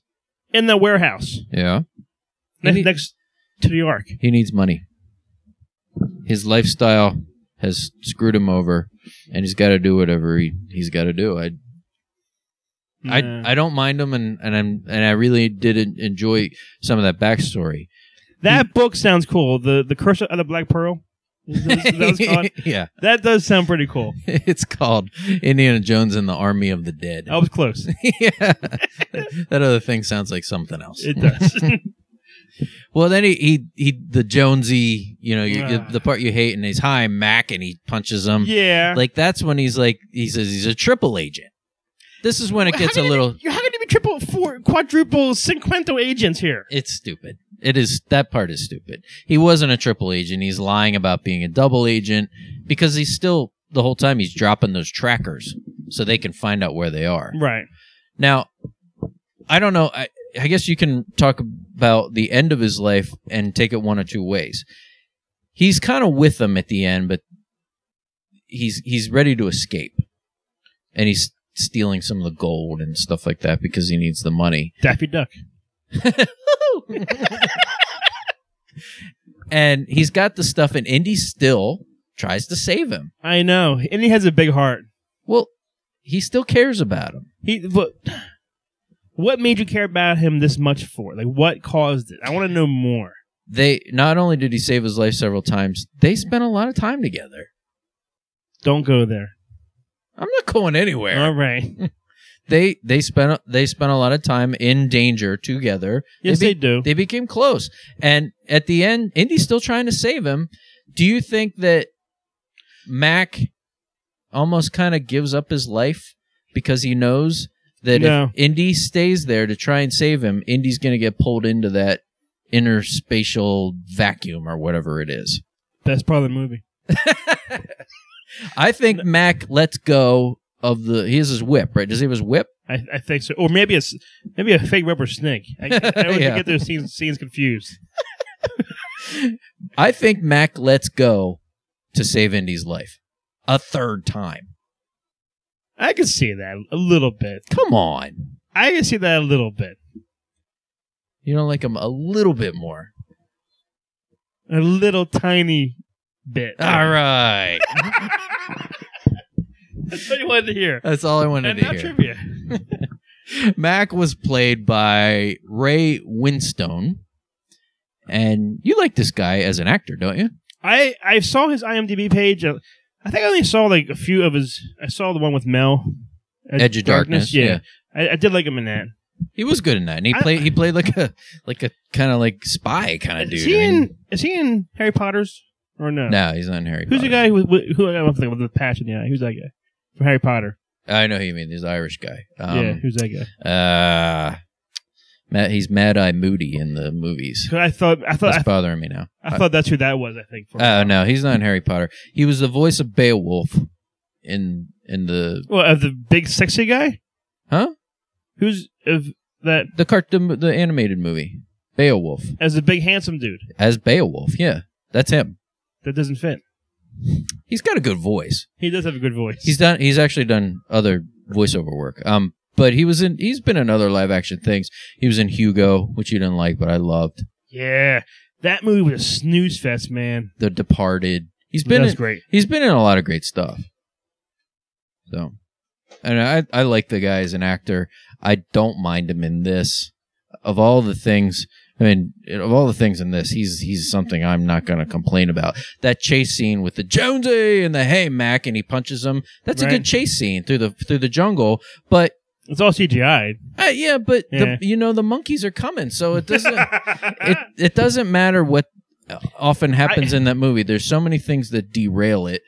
Speaker 2: in the warehouse
Speaker 1: Yeah.
Speaker 2: next,
Speaker 1: Any-
Speaker 2: next to the ark.
Speaker 1: He needs money. His lifestyle has screwed him over and he's got to do whatever he, he's got to do. I I I don't mind him and and I'm and I really did en- enjoy some of that backstory.
Speaker 2: That book sounds cool. The the Curse of the Black Pearl. Is that- is that what it's called?
Speaker 1: yeah,
Speaker 2: that does sound pretty cool.
Speaker 1: it's called Indiana Jones and the Army of the Dead.
Speaker 2: I was close.
Speaker 1: yeah, that other thing sounds like something else.
Speaker 2: It does.
Speaker 1: Well, then he, he, he the Jonesy, you know, you, you-
Speaker 2: Ah.
Speaker 1: the part you hate, and he's high Mac, and he punches him.
Speaker 2: yeah.
Speaker 1: Like that's when he's like, he says he's a triple agent. This is when it
Speaker 2: How
Speaker 1: gets a
Speaker 2: can you
Speaker 1: little.
Speaker 2: be- You're having to be triple, four, quadruple, cinquento agents here.
Speaker 1: It's stupid. It is that part is stupid. He wasn't a triple agent. He's lying about being a double agent because he's still the whole time he's dropping those trackers so they can find out where they are.
Speaker 2: Right.
Speaker 1: Now, I don't know. I, I guess you can talk about the end of his life and take it one or two ways. He's kind of with them at the end, but he's he's ready to escape, and he's stealing some of the gold and stuff like that because he needs the money.
Speaker 2: Daffy Duck.
Speaker 1: and he's got the stuff, and Indy still tries to save him.
Speaker 2: I know. And he has a big heart.
Speaker 1: Well, he still cares about him.
Speaker 2: He what, what made you care about him this much for? Like what caused it? I want to know more.
Speaker 1: They not only did he save his life several times, they spent a lot of time together.
Speaker 2: Don't go there.
Speaker 1: I'm not going anywhere.
Speaker 2: All right.
Speaker 1: they they spent they spent a lot of time in danger together.
Speaker 2: Yes,
Speaker 1: they,
Speaker 2: they
Speaker 1: be-
Speaker 2: do.
Speaker 1: they became close, and at the end, Indy's still trying to save him. Do you think that Mac almost kind of gives up his life because he knows that
Speaker 2: No.
Speaker 1: if Indy stays there to try and save him, Indy's going to get pulled into that interspatial vacuum or whatever it is?
Speaker 2: Best part of the movie.
Speaker 1: I think Mac lets go of the. He has his whip, right? Does he have his whip?
Speaker 2: I, I think so. Or maybe a s- maybe a fake rubber snake. I, I always
Speaker 1: Yeah.
Speaker 2: get those scenes, scenes confused.
Speaker 1: I think Mac lets go to save Indy's life a third time.
Speaker 2: I can see that a little bit.
Speaker 1: Come on.
Speaker 2: I can see that a little bit.
Speaker 1: You don't like him a little bit more.
Speaker 2: A little tiny bit.
Speaker 1: All right.
Speaker 2: That's what you wanted to hear.
Speaker 1: That's all I wanted
Speaker 2: And
Speaker 1: to
Speaker 2: now
Speaker 1: hear.
Speaker 2: trivia.
Speaker 1: Mac was played by Ray Winstone. And you like this guy as an actor, don't you?
Speaker 2: I I saw his IMDb page. uh, I think I only saw like a few of his. I saw the one with Mel. Ed-
Speaker 1: Edge of Darkness, yeah.
Speaker 2: I, I did like him in that.
Speaker 1: He was good in that. And he
Speaker 2: I-
Speaker 1: played he played like a like a kind of like spy kind of
Speaker 2: Is
Speaker 1: dude.
Speaker 2: he
Speaker 1: I mean-
Speaker 2: in? Is he in Harry Potter's or no?
Speaker 1: no, he's not in Harry
Speaker 2: Who's
Speaker 1: Potter.
Speaker 2: the guy who who, who I don't think with the patch in the eye? Who's that guy from Harry Potter?
Speaker 1: I know who you mean. He's the Irish guy.
Speaker 2: yeah,
Speaker 1: Um,
Speaker 2: who's that guy?
Speaker 1: uh, Matt, he's Mad Eye Moody in the movies.
Speaker 2: 'Cause I thought I thought
Speaker 1: That's
Speaker 2: I,
Speaker 1: bothering me now.
Speaker 2: I thought that's who that was. I think. For a
Speaker 1: Oh
Speaker 2: while.
Speaker 1: no, he's not in Harry Potter. He was the voice of Beowulf in in the
Speaker 2: Well, of the big sexy guy.
Speaker 1: Huh?
Speaker 2: Who's of that
Speaker 1: the cart the, the animated movie Beowulf
Speaker 2: as a big handsome dude
Speaker 1: as Beowulf. Yeah, that's him.
Speaker 2: that doesn't fit?
Speaker 1: He's got a good voice.
Speaker 2: He does have a good voice.
Speaker 1: He's done. He's actually done other voiceover work. Um, but he was in. He's been in other live action things. He was in Hugo, which you didn't like, but I loved.
Speaker 2: yeah, that movie was a snooze fest, man.
Speaker 1: The Departed. He's been
Speaker 2: that's
Speaker 1: in,
Speaker 2: great.
Speaker 1: he's been in a lot of great stuff. So, and I I like the guy as an actor. I don't mind him in this. Of all the things, I mean, of all the things in this, he's he's something I'm not going to complain about. That chase scene with the Jonesy and the Hey Mac, and he punches him. That's a
Speaker 2: Right.
Speaker 1: good chase scene through the through the jungle. But
Speaker 2: It's all CGI.
Speaker 1: uh, yeah, but
Speaker 2: Yeah.
Speaker 1: The, you know the monkeys are coming, so it doesn't it
Speaker 2: Ah.
Speaker 1: it doesn't matter what often happens in that movie. There's so many things that derail it,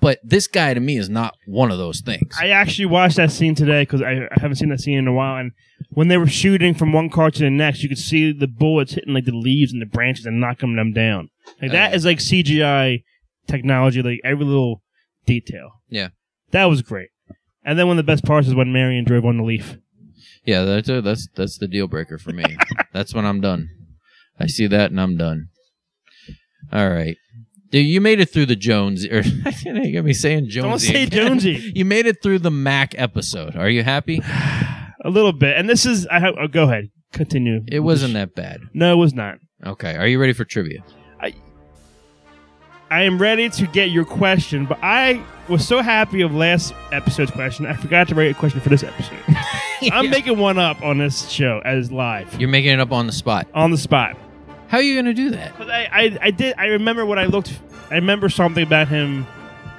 Speaker 1: but this guy to me is not one of those things.
Speaker 2: I actually watched that scene today because I, I haven't seen that scene in a while. And when they were shooting from one car to the next, you could see the bullets hitting like the leaves and the branches and knocking them down. Like that
Speaker 1: Uh,
Speaker 2: is like CGI technology, like every little detail.
Speaker 1: Yeah.
Speaker 2: that was great. And then one of the best parts is when Marion drove on the leaf.
Speaker 1: yeah, that's a, that's that's the deal breaker for me. that's when I'm done. I see that and I'm done. All right, Dude, you made it through the Jones. Or you got me saying Jonesy.
Speaker 2: Don't say
Speaker 1: again.
Speaker 2: Jonesy.
Speaker 1: You made it through the Mac episode. Are you happy?
Speaker 2: A little bit. And this is. I have, oh, go ahead. Continue.
Speaker 1: It wasn't that bad.
Speaker 2: No, it was not.
Speaker 1: Okay. Are you ready for trivia?
Speaker 2: I am ready to get your question, but I was so happy of last episode's question, I forgot to write a question for this episode. I'm making one up on this show as live
Speaker 1: You're making it up on the spot.
Speaker 2: on the spot.
Speaker 1: How are you going to do that?
Speaker 2: 'Cause I, I, I did. I remember what I looked. I remember something about him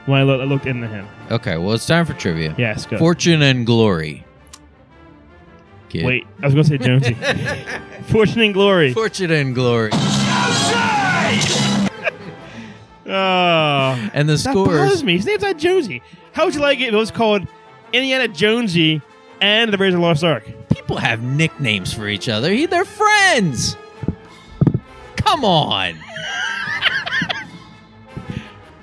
Speaker 2: when I, lo- I looked into him.
Speaker 1: Okay, well, it's time for trivia.
Speaker 2: Yes, go.
Speaker 1: Fortune and glory. Kid.
Speaker 2: Wait, I was gonna say Jonesy. Fortune and glory.
Speaker 1: Fortune and glory.
Speaker 2: Oh,
Speaker 1: And the
Speaker 2: that
Speaker 1: scores.
Speaker 2: bothers me. His name's not Jonesy. How would you like it if it was called Indiana Jonesy and the Raiders of the Lost Ark?
Speaker 1: People have nicknames for each other. He- They're friends. Come on.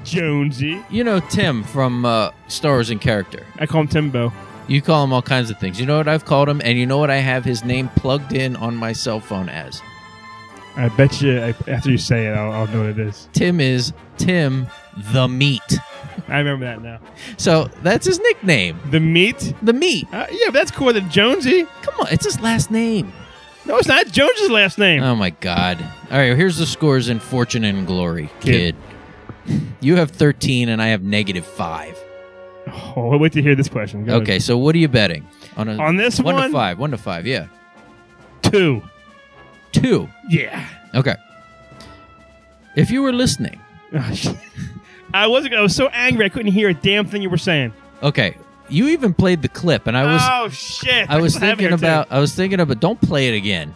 Speaker 2: Jonesy.
Speaker 1: You know Tim from uh, Star Wars in Character.
Speaker 2: I call him Timbo.
Speaker 1: You call him all kinds of things. You know what I've called him, and you know what I have his name plugged in on my cell phone as.
Speaker 2: I bet you I, after you say it, I'll, I'll know what it is.
Speaker 1: Tim is Tim the Meat.
Speaker 2: I remember that now.
Speaker 1: So that's his nickname,
Speaker 2: The meat.
Speaker 1: the Meat.
Speaker 2: Uh, yeah, but that's cooler than Jonesy.
Speaker 1: Come on, it's his last name.
Speaker 2: No, it's not Jones's last name.
Speaker 1: Oh my God! All right, here's the scores in Fortune and Glory, kid.
Speaker 2: Kid.
Speaker 1: You have 13, and I have negative five.
Speaker 2: oh, I'll wait to hear this question. Go
Speaker 1: Okay, so what are you betting on a
Speaker 2: On this
Speaker 1: one,
Speaker 2: one?
Speaker 1: to five? One to five, yeah.
Speaker 2: ahead. Two.
Speaker 1: Two.
Speaker 2: Yeah.
Speaker 1: Okay. If you were listening,
Speaker 2: Oh, I wasn't. I was so angry. I couldn't hear a damn thing you were saying.
Speaker 1: okay, you even played the clip, and I was.
Speaker 2: oh shit!
Speaker 1: I was
Speaker 2: That's what happened
Speaker 1: thinking
Speaker 2: here, too.
Speaker 1: about. I was thinking about. Don't play it again.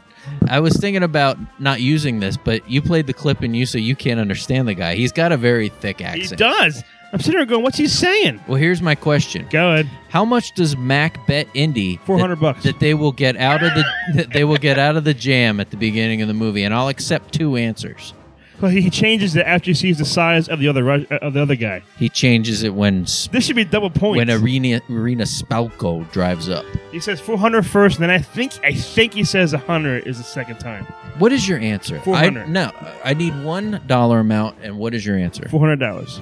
Speaker 1: I was thinking about not using this, but you played the clip and you, so you can't understand the guy. He's got a very thick
Speaker 2: He
Speaker 1: accent.
Speaker 2: does. I'm sitting there going, "What's he saying?"
Speaker 1: Well, here's my question:
Speaker 2: Go ahead.
Speaker 1: How much does Mac bet Indy? that-
Speaker 2: 400 bucks.
Speaker 1: that they will get out of the that they will get out of the jam at the beginning of the movie, and I'll accept two answers.
Speaker 2: Well, he changes it after he sees the size of the other ru- uh, of the other guy.
Speaker 1: He changes it when s-
Speaker 2: This should be double points.
Speaker 1: when Arena Arena Spalco drives up.
Speaker 2: he says 400 first, and then I think I think he says 100 is the second time.
Speaker 1: What is your answer? I,
Speaker 2: 400.
Speaker 1: no, I need one dollar amount, and what is your answer?
Speaker 2: 400 dollars,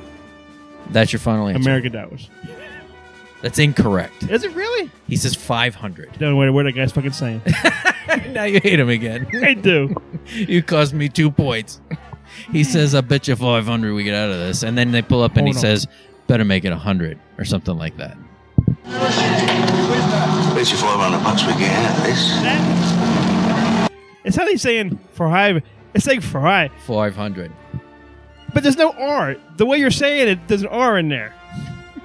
Speaker 1: That's your final answer.
Speaker 2: American dollars.
Speaker 1: That's incorrect.
Speaker 2: Is it really?
Speaker 1: He says 500.
Speaker 2: Don't worry what that guy's fucking saying.
Speaker 1: now you hate him again.
Speaker 2: I do.
Speaker 1: you cost me two points. He says, I bet you 500 we get out of this. And then they pull up and he
Speaker 2: Hold on.
Speaker 1: says, better make it 100 or something like that.
Speaker 4: Bet you 400 bucks we get out of this.
Speaker 2: That, it's how he's saying fry. It's like fry,
Speaker 1: 500.
Speaker 2: but there's no R. The way you're saying it, there's an R in there.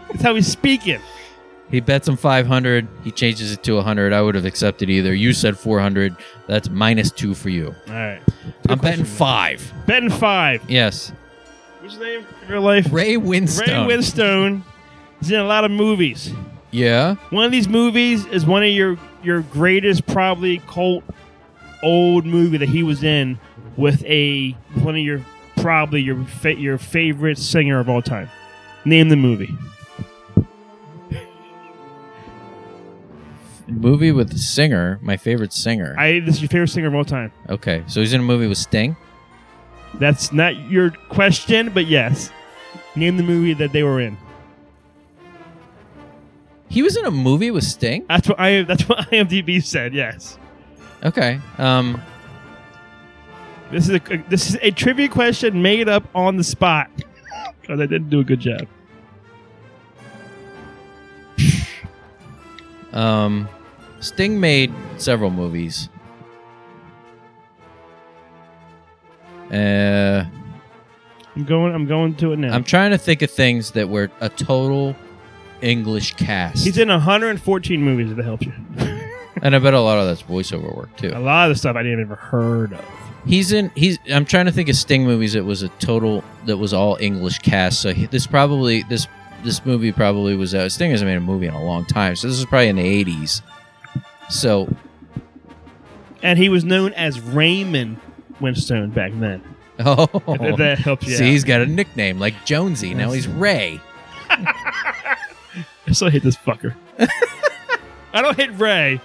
Speaker 2: It's how he's speaking.
Speaker 1: He bets him 500. He changes it to 100. I would have accepted either. You said 400. That's minus two for you.
Speaker 2: All right.
Speaker 1: I'm betting five.
Speaker 2: Betting five.
Speaker 1: Yes.
Speaker 2: What's his name in real life?
Speaker 1: Ray
Speaker 2: Ray
Speaker 1: Winstone.
Speaker 2: Winstone. He's in a lot of movies.
Speaker 1: yeah.
Speaker 2: One of these movies is one of your your greatest, probably cult old movie that he was in with a one of your probably your fa- your favorite singer of all time. Name the movie.
Speaker 1: Movie with the singer, my favorite singer.
Speaker 2: I this is your favorite singer of all time.
Speaker 1: okay. So he's in a movie with Sting.
Speaker 2: That's not your question, but yes. Name the movie that they were in.
Speaker 1: He was in a movie with Sting?
Speaker 2: That's what I that's what IMDb said. Yes.
Speaker 1: Okay. Um,
Speaker 2: This is a this is a trivia question made up on the spot because I didn't do a good job.
Speaker 1: Um, Sting made several movies. Uh,
Speaker 2: I'm going. I'm going to it now.
Speaker 1: I'm trying to think of things that were a total English cast,
Speaker 2: He's in 114 movies. If that helps you.
Speaker 1: and I bet a lot of that's voiceover work
Speaker 2: a
Speaker 1: too.
Speaker 2: lot of the stuff I didn't ever heard of.
Speaker 1: He's in. He's. I'm trying to think of Sting movies that was a total that was all English cast. So he, this probably this this movie probably was out. Sting hasn't made a movie in a long time, so this is probably in the 80s. So
Speaker 2: And he was known as Raymond Winstone back then.
Speaker 1: oh,
Speaker 2: If- If that helps you.
Speaker 1: see, he's got a nickname like Jonesy. Now he's Ray.
Speaker 2: out. I still hate this fucker. I don't hate Ray.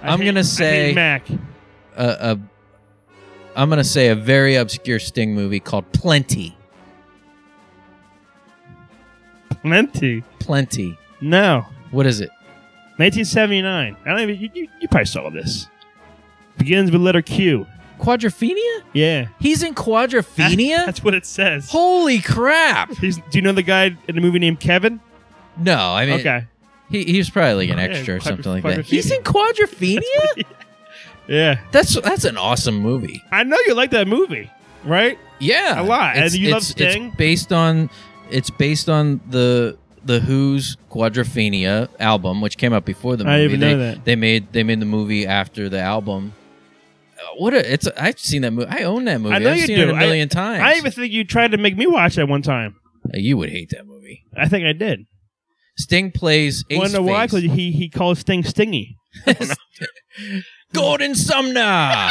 Speaker 2: I
Speaker 1: I'm
Speaker 2: hate-
Speaker 1: gonna
Speaker 2: I hate
Speaker 1: say-
Speaker 2: Mac.
Speaker 1: a, a I'm gonna say a very obscure Sting movie called Plenty.
Speaker 2: Plenty.
Speaker 1: Plenty.
Speaker 2: No.
Speaker 1: What is it?
Speaker 2: 1979. I don't even. You, you, you probably saw this. Begins with letter Q.
Speaker 1: Quadrophenia?
Speaker 2: Yeah.
Speaker 1: He's in Quadrophenia?
Speaker 2: That's what it says.
Speaker 1: Holy crap!
Speaker 2: He's, do you know the guy in the movie named Kevin?
Speaker 1: No, I mean
Speaker 2: okay.
Speaker 1: he, he was probably like an
Speaker 2: Yeah,
Speaker 1: extra or something like
Speaker 2: quadro-
Speaker 1: that. He's in Quadrophenia?
Speaker 2: Yeah.
Speaker 1: That's that's an awesome movie.
Speaker 2: I know you like that movie, right?
Speaker 1: Yeah,
Speaker 2: A lot. And you love
Speaker 1: it's,
Speaker 2: Sting?
Speaker 1: It's based on it's based on the the Who's Quadrophenia album, which came out before the movie.
Speaker 2: I didn't even
Speaker 1: they,
Speaker 2: know that.
Speaker 1: they made they made the movie after the album. Uh, What a it's a, I've seen that movie. I own that movie.
Speaker 2: I know
Speaker 1: have
Speaker 2: you
Speaker 1: seen
Speaker 2: do.
Speaker 1: it a
Speaker 2: I-
Speaker 1: million times.
Speaker 2: I even think you tried to make me watch that one time.
Speaker 1: Uh, you would hate that movie.
Speaker 2: I think I did.
Speaker 1: Sting plays Ace
Speaker 2: Wonder why? Because
Speaker 1: Face.
Speaker 2: he he calls Sting Stingy.
Speaker 1: Gordon Sumner.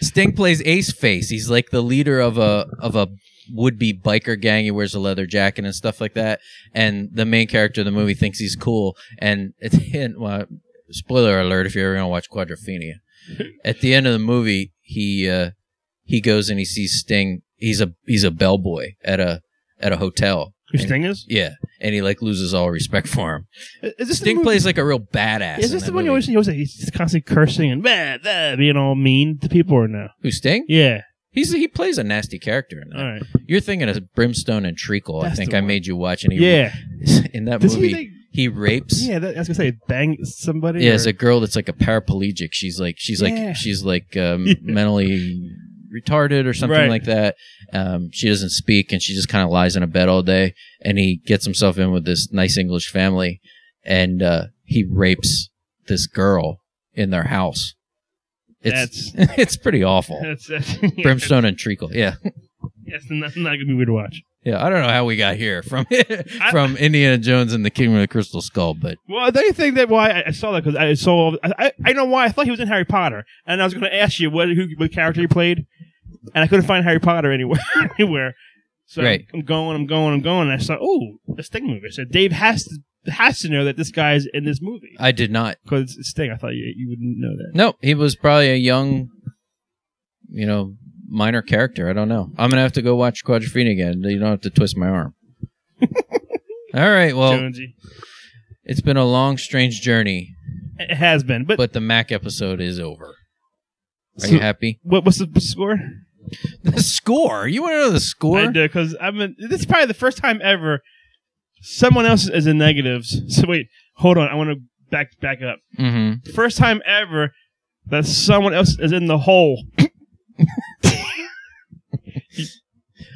Speaker 1: Sting plays Ace Face. He's like the leader of a of a would be biker gang. He wears a leather jacket and stuff like that. And the main character of the movie thinks he's cool. And at the end, well, spoiler alert if you're ever gonna watch Quadrophenia. At the end of the movie, he uh, he goes and he sees Sting. He's a he's a bellboy at a at a hotel.
Speaker 2: Who
Speaker 1: And-
Speaker 2: Sting is?
Speaker 1: Yeah, and he like loses all respect for him.
Speaker 2: Is this
Speaker 1: Sting
Speaker 2: the movie?
Speaker 1: plays like a real badass.
Speaker 2: Is
Speaker 1: in
Speaker 2: this
Speaker 1: that
Speaker 2: the one
Speaker 1: movie.
Speaker 2: you always, you always he's constantly cursing and bah, bah, being all mean to people or no?
Speaker 1: Who Sting?
Speaker 2: Yeah.
Speaker 1: He's he plays a nasty character in that.
Speaker 2: All right.
Speaker 1: You're thinking of Brimstone and Treacle. I
Speaker 2: That's
Speaker 1: think
Speaker 2: the
Speaker 1: I
Speaker 2: one.
Speaker 1: made you watch. And he,
Speaker 2: Yeah.
Speaker 1: in that
Speaker 2: Does he
Speaker 1: movie,
Speaker 2: like-
Speaker 1: he, rapes.
Speaker 2: Yeah. That, I was gonna say bang somebody.
Speaker 1: Yeah,
Speaker 2: or-
Speaker 1: it's a girl that's like a paraplegic. She's like she's
Speaker 2: Yeah.
Speaker 1: like she's like um,
Speaker 2: Yeah.
Speaker 1: mentally retarded or something
Speaker 2: Right.
Speaker 1: like that. Um, she doesn't speak and she just kind of lies in a bed all day. And he gets himself in with this nice English family, and uh, he rapes this girl in their house. It's
Speaker 2: that's
Speaker 1: it's pretty awful.
Speaker 2: that's, that's yeah,
Speaker 1: Brimstone and Treacle. Yeah.
Speaker 2: That's not, not a good movie to watch.
Speaker 1: Yeah, I don't know how we got here from from Indiana Jones and the Kingdom of the Crystal Skull, but
Speaker 2: Well, do you think that why I- I saw that because I saw I, I I know why I thought he was in Harry Potter, and I was going to ask you what who what character he played, and I couldn't find Harry Potter anywhere anywhere. So
Speaker 1: Right.
Speaker 2: I'm going, I'm going, I'm going, and I saw oh a Sting movie. So Dave has to has to know that this guy's in this movie
Speaker 1: I did not.
Speaker 2: because it's Sting. I thought you you wouldn't know that.
Speaker 1: No, he was probably a young, you know, minor character. I don't know. I'm gonna have to go watch Quadrophenia again. You don't have to twist my arm. All right. Well,
Speaker 2: Jonesy,
Speaker 1: it's been a long, strange journey,
Speaker 2: it has been, but,
Speaker 1: but the Mac episode is over. Are
Speaker 2: So-
Speaker 1: you happy?
Speaker 2: what what's the score?
Speaker 1: The score. You want to know the score?
Speaker 2: I do because I'm. in- This is probably the first time ever someone else is in negatives. So wait, hold on. I want to back back up.
Speaker 1: Mm-hmm.
Speaker 2: first time ever that someone else is in the hole.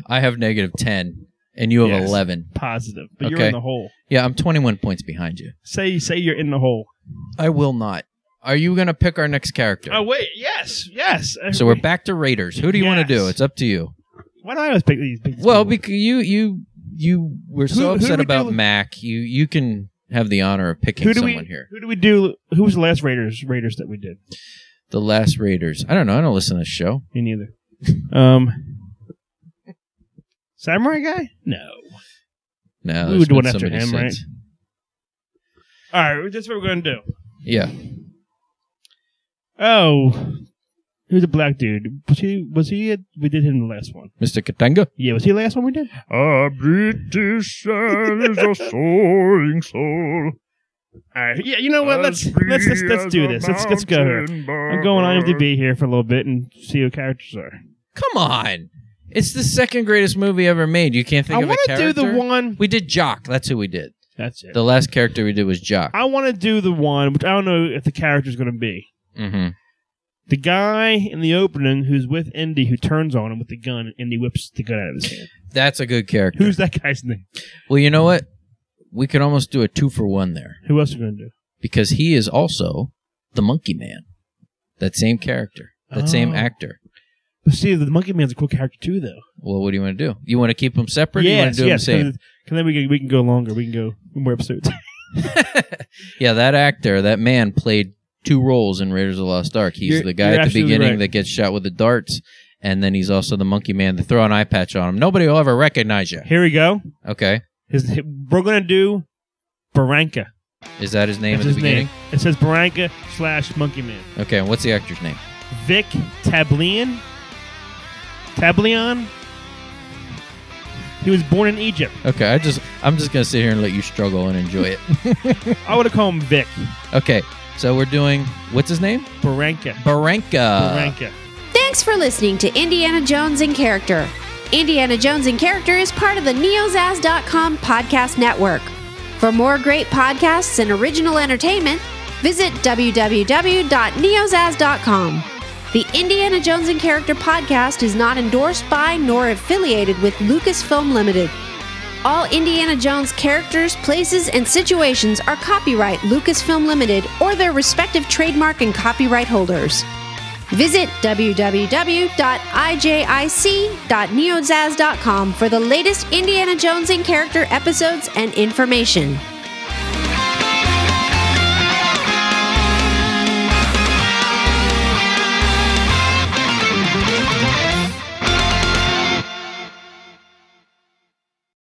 Speaker 1: I have negative ten, and you have
Speaker 2: Yes.
Speaker 1: eleven.
Speaker 2: Positive, but you're
Speaker 1: Okay.
Speaker 2: in the hole.
Speaker 1: Yeah, I'm 21 points behind you.
Speaker 2: Say say you're in the hole.
Speaker 1: I will not. Are you going to pick our next character?
Speaker 2: Oh wait, yes, yes.
Speaker 1: so we're back to Raiders. Who do you want to do?
Speaker 2: Yes.
Speaker 1: It's up to you.
Speaker 2: Why do I always pick these? Pick these
Speaker 1: Well,
Speaker 2: people?
Speaker 1: because you you you were
Speaker 2: Who-
Speaker 1: so
Speaker 2: who do
Speaker 1: upset
Speaker 2: we
Speaker 1: about
Speaker 2: do-
Speaker 1: Mac, you you can have the honor of picking
Speaker 2: who do
Speaker 1: someone
Speaker 2: we
Speaker 1: here.
Speaker 2: who do we do? Who was the last Raiders Raiders that we did?
Speaker 1: The last Raiders. I don't know. I don't listen to this show.
Speaker 2: Me neither. Um, samurai guy? No.
Speaker 1: No,
Speaker 2: We
Speaker 1: there's
Speaker 2: would do
Speaker 1: been
Speaker 2: one after
Speaker 1: somebody
Speaker 2: him, right?
Speaker 1: since.
Speaker 2: All right, that's what we're gonna do.
Speaker 1: Yeah,
Speaker 2: Oh, who's a black dude? Was he? Was he? we did him in the last one.
Speaker 1: Mr. Katanga.
Speaker 2: Yeah, was he the last one we did? A British man is a soaring soul. All right. Yeah, you know what? Let's let's let's, let's do this. Let's let's go here. I'm going on IMDb here for a little bit and see who characters are.
Speaker 1: Come on, it's the second greatest movie ever made. You can't think
Speaker 2: I
Speaker 1: of a
Speaker 2: want to
Speaker 1: character.
Speaker 2: do the one.
Speaker 1: We did Jock. That's who we did.
Speaker 2: That's it.
Speaker 1: The last character we did was Jock.
Speaker 2: I want to do the one, which I don't know if the character's going to be
Speaker 1: hmm
Speaker 2: the guy in the opening who's with Indy who turns on him with the gun and Indy whips the gun out of his hand.
Speaker 1: That's a good character.
Speaker 2: Who's that guy's name?
Speaker 1: Well, you know what? We could almost do a two for one there
Speaker 2: Who else are we going to do?
Speaker 1: because he is also the Monkey Man. That same character, that same
Speaker 2: Oh.
Speaker 1: actor.
Speaker 2: But see, the Monkey Man's a cool character too, though.
Speaker 1: Well, what do you want to do? You want to keep them separate? or you want to do them
Speaker 2: 'cause- 'cause then we can we can go longer. We can go more episodes.
Speaker 1: the same? yeah, that actor, that man played two roles in Raiders of the Lost Ark. He's
Speaker 2: You're-
Speaker 1: the guy
Speaker 2: you're
Speaker 1: at the
Speaker 2: absolutely
Speaker 1: beginning
Speaker 2: right.
Speaker 1: that gets shot with the darts, and then he's also the Monkey Man. They throw an eye patch on him. Nobody will ever recognize you.
Speaker 2: Here we go.
Speaker 1: Okay,
Speaker 2: His, we're gonna do Barranca.
Speaker 1: is that his name
Speaker 2: That's
Speaker 1: at the
Speaker 2: his
Speaker 1: beginning?
Speaker 2: name. It says Barranca slash Monkey Man.
Speaker 1: Okay, and what's the actor's name?
Speaker 2: Vic Tablian. Tablion. He was born in Egypt.
Speaker 1: Okay, I just I'm just gonna sit here and let you struggle and enjoy it.
Speaker 2: I would have called him Vic
Speaker 1: Okay, so we're doing what's his name?
Speaker 2: Barranca.
Speaker 1: Baranka.
Speaker 2: Barranca.
Speaker 3: Thanks for listening to Indiana Jones in Character. Indiana Jones in Character is part of the neozaz.com podcast network. For more great podcasts and original entertainment, visit www.neozaz.com. The Indiana Jones and Character podcast is not endorsed by nor affiliated with Lucasfilm Limited. All Indiana Jones characters, places, and situations are copyright Lucasfilm Limited or their respective trademark and copyright holders. Visit www.ijic.neozaz.com for the latest Indiana Jones in character episodes and information.